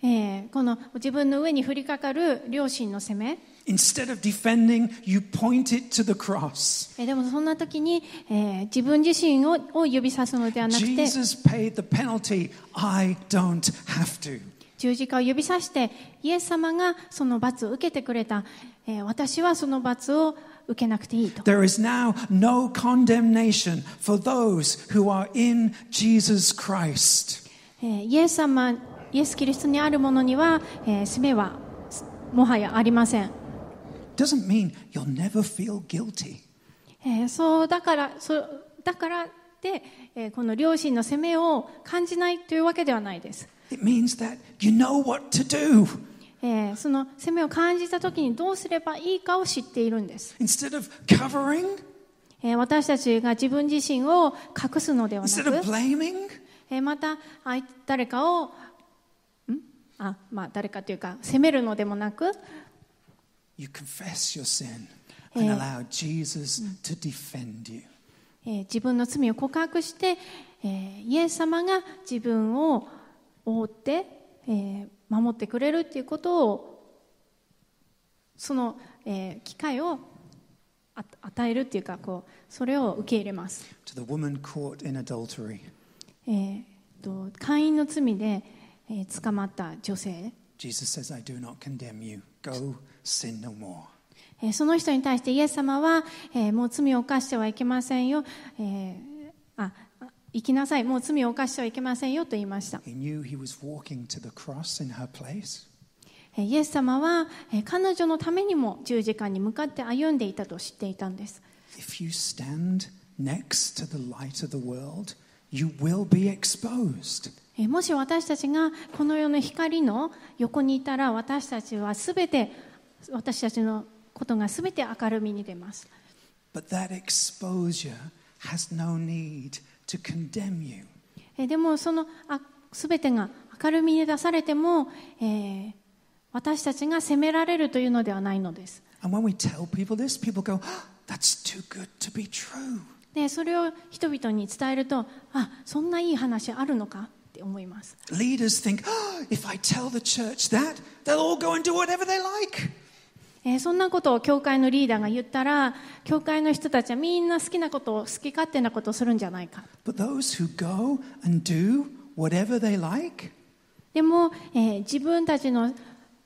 Speaker 2: えーこの自分の上に降りかかる両親の責め
Speaker 1: instead of defending, you point it to the cross.
Speaker 2: えでもそんな時に、えー自分自身をを指さすのではなくて
Speaker 1: Jesus paid the penalty. I don't have to.
Speaker 2: 十字架を指さしてイエス様がその罰を受けてくれた、えー私はその罰を受けなくていいと
Speaker 1: There is now no condemnation for those who are in Jesus Christ.
Speaker 2: えーイエス様イエス・キリストにあるものには、えー、責めはもはやありません
Speaker 1: Doesn't mean you'll never feel guilty.
Speaker 2: えーそうだからそうだからって、えーこの両親の責めを感じないというわけではないです、
Speaker 1: It means that you know what to do.
Speaker 2: えーその責めを感じた時にどうすればいいかを知っているんです、
Speaker 1: Instead of covering,
Speaker 2: えー私たちが自分自身を隠すのではな
Speaker 1: instead of
Speaker 2: く、
Speaker 1: blaming,
Speaker 2: えーまた相手誰かをんあ、まあ、誰かというか責めるのでもなく、
Speaker 1: you confess your sin and
Speaker 2: Eh.
Speaker 1: allow Jesus to defend you.
Speaker 2: えー自分の罪を告白して、えーイエス様が自分を覆って、えー守ってくれるっていうことをその、えー機会をあ与えるっていうかこうそれを受け入れます、
Speaker 1: To the woman caught in adultery,
Speaker 2: えーと会員の罪で、えー捕まった女性、
Speaker 1: Jesus says, I do not condemn you. Go sin no more.
Speaker 2: えーその人に対してイエス様は、えーもう罪を犯してはいけませんよ、えーああ行きなさいもう罪を犯してはいけませんよと言いました
Speaker 1: He knew he was walking to the cross in her place.
Speaker 2: えーイエス様はえー彼女のためにも十字架に向かって歩んでいたと知っていたんです、
Speaker 1: If you stand next to the light of the world, you will be exposed.
Speaker 2: えーもし私たちがこの世の光の横にいたら私たちはすべて私たちのことがすべて明るみに出ます、
Speaker 1: But that exposure has no need to condemn you.
Speaker 2: ええーでもそのあ全てが明るみに出されても、えー私たちが責められるというのではないのです
Speaker 1: And when we tell people this, people go, "Ah, that's too good to be true.
Speaker 2: でそれを人々に伝えるとあそんないい話あるのかって思います
Speaker 1: Leaders think, "Ah, if I tell the church that, they'll all go and do whatever they like.
Speaker 2: えーそんなことを教会のリーダーが言ったら教会の人たちはみんな好きなことを好き勝手なことをするんじゃないか
Speaker 1: But those who go and do whatever they like,
Speaker 2: でも、えー自分たちの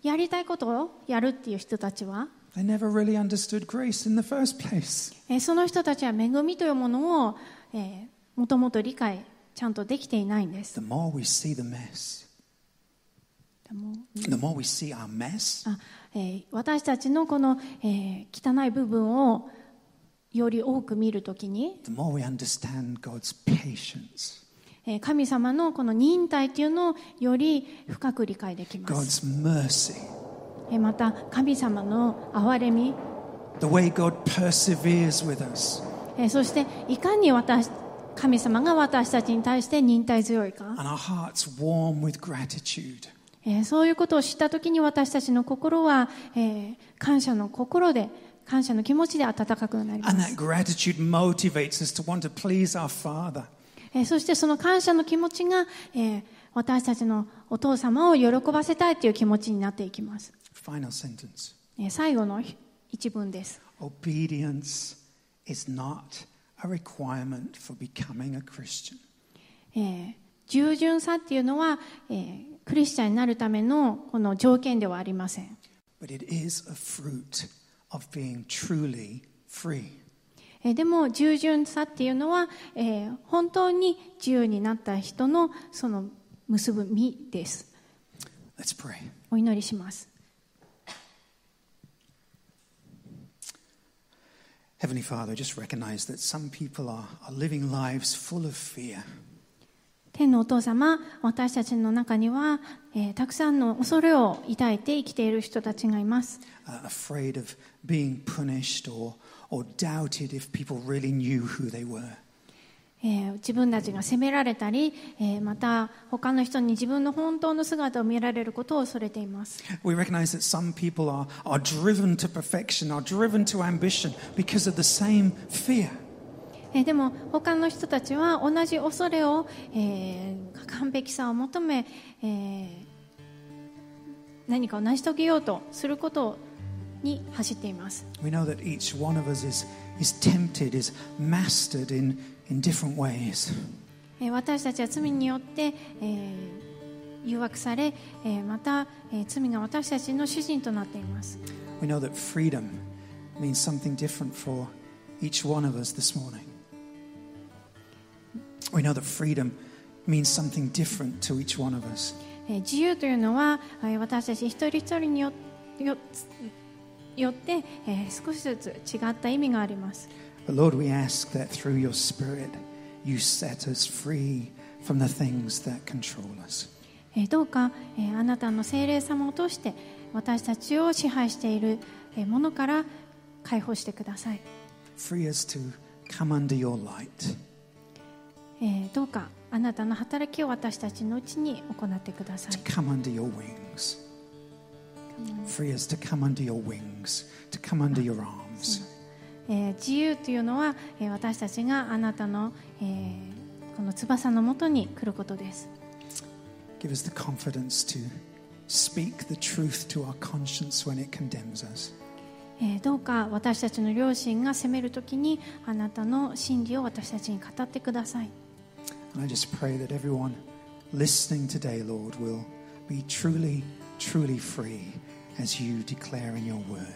Speaker 2: やりたいことをやるっていう人たちは、
Speaker 1: they never really understood grace in the first place.
Speaker 2: えーその人たちは恵みというものを、えーもともと理解ちゃんとできていないんです
Speaker 1: The more we see the mess,
Speaker 2: でも
Speaker 1: the more we see our mess,
Speaker 2: あえー私たちのこの、えー汚い部分をより多く見るときに、
Speaker 1: the more we understand God's patience,
Speaker 2: えー神様のこの忍耐というのをより深く理解できます。
Speaker 1: God's mercy,
Speaker 2: えーまた神様の憐れみ、
Speaker 1: the way God perseveres with us,
Speaker 2: えーそしていかに私神様が私たちに対して忍耐強いか、
Speaker 1: and our hearts warm with gratitude.
Speaker 2: えーそういうことを知ったときに私たちの心は、えー感謝の心で感謝の気持ちで温かくなりま
Speaker 1: And
Speaker 2: す
Speaker 1: that、gratitude motivates us to want to please our Father.
Speaker 2: えーそしてその感謝の気持ちが、えー私たちのお父様を喜ばせたいという気持ちになっていきます、
Speaker 1: Final sentence
Speaker 2: えー最後のひ一文です
Speaker 1: Obedience is not a requirement for becoming a Christian.
Speaker 2: えー従順さっていうのは、えークリスチャンになるためのこの条件ではありません、
Speaker 1: But it is a fruit of being truly free.
Speaker 2: えーでも従順さっていうのは、えー本当に自由になった人のその結ぶ実です
Speaker 1: Let's pray.
Speaker 2: お祈りします、
Speaker 1: Heavenly Father, just recognize that some people are, are living lives full of fear.
Speaker 2: 天のお父様私たちの中には、えーたくさんの恐れを抱いて生きている人たちがいます、
Speaker 1: uh, afraid of being punished or, or doubted if people really knew who they were.
Speaker 2: えー自分たちが責められたり、えーまた他の人に自分の本当の姿を見られることを恐れています、
Speaker 1: We recognize that some people are, are driven to perfection, are driven to ambition because of the same fear.
Speaker 2: えーでも他の人たちは同じ恐れを、えー完璧さを求め、えー何かを成し遂げようとすることに走っています
Speaker 1: We know that each one of us is, is tempted, is mastered in, in different ways.
Speaker 2: えー私たちは罪によって、えー誘惑され、えーまた、えー罪が私たちの主人となっています、
Speaker 1: We know that freedom means something different for each one of us this morning. We know that freedom means something different to each one of us.
Speaker 2: えー自由というのは、えー私たち一人一人によよよって、えー少しずつ違った意味があります、
Speaker 1: But Lord, we ask that through your Spirit, you set us free from the things that control us.
Speaker 2: えーどうか、えーあなたの精霊様を通して私たちを支配しているえーものから解放してください、
Speaker 1: Free us to come under your light.
Speaker 2: えーどうかあなたの働きを私たちのうちに行ってください
Speaker 1: to come under your wings. Free us to come under your wings, to come under your arms.
Speaker 2: えー自由というのは、えー私たちがあなたの、えーこの翼のもとに来ることです、
Speaker 1: Give us the confidence to speak the truth to our conscience when it condemns us.
Speaker 2: えーどうか私たちの両親が責めるときにあなたの真理を私たちに語ってください、
Speaker 1: And I just pray that everyone listening today, Lord, will be truly, truly free as you declare in your word.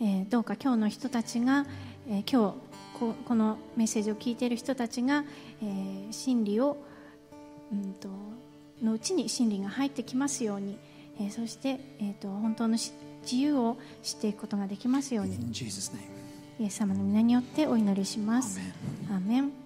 Speaker 2: えーどうか今日の人たちが、えー今日ここのメッセージを聞いている人たちが、えー真理をうんとのうちに真理が入ってきますように、えーそして、えーと本当のし自由を知っていくことができますように
Speaker 1: In Jesus' name.
Speaker 2: イエス様の皆によってお祈りします。
Speaker 1: Amen.
Speaker 2: アーメン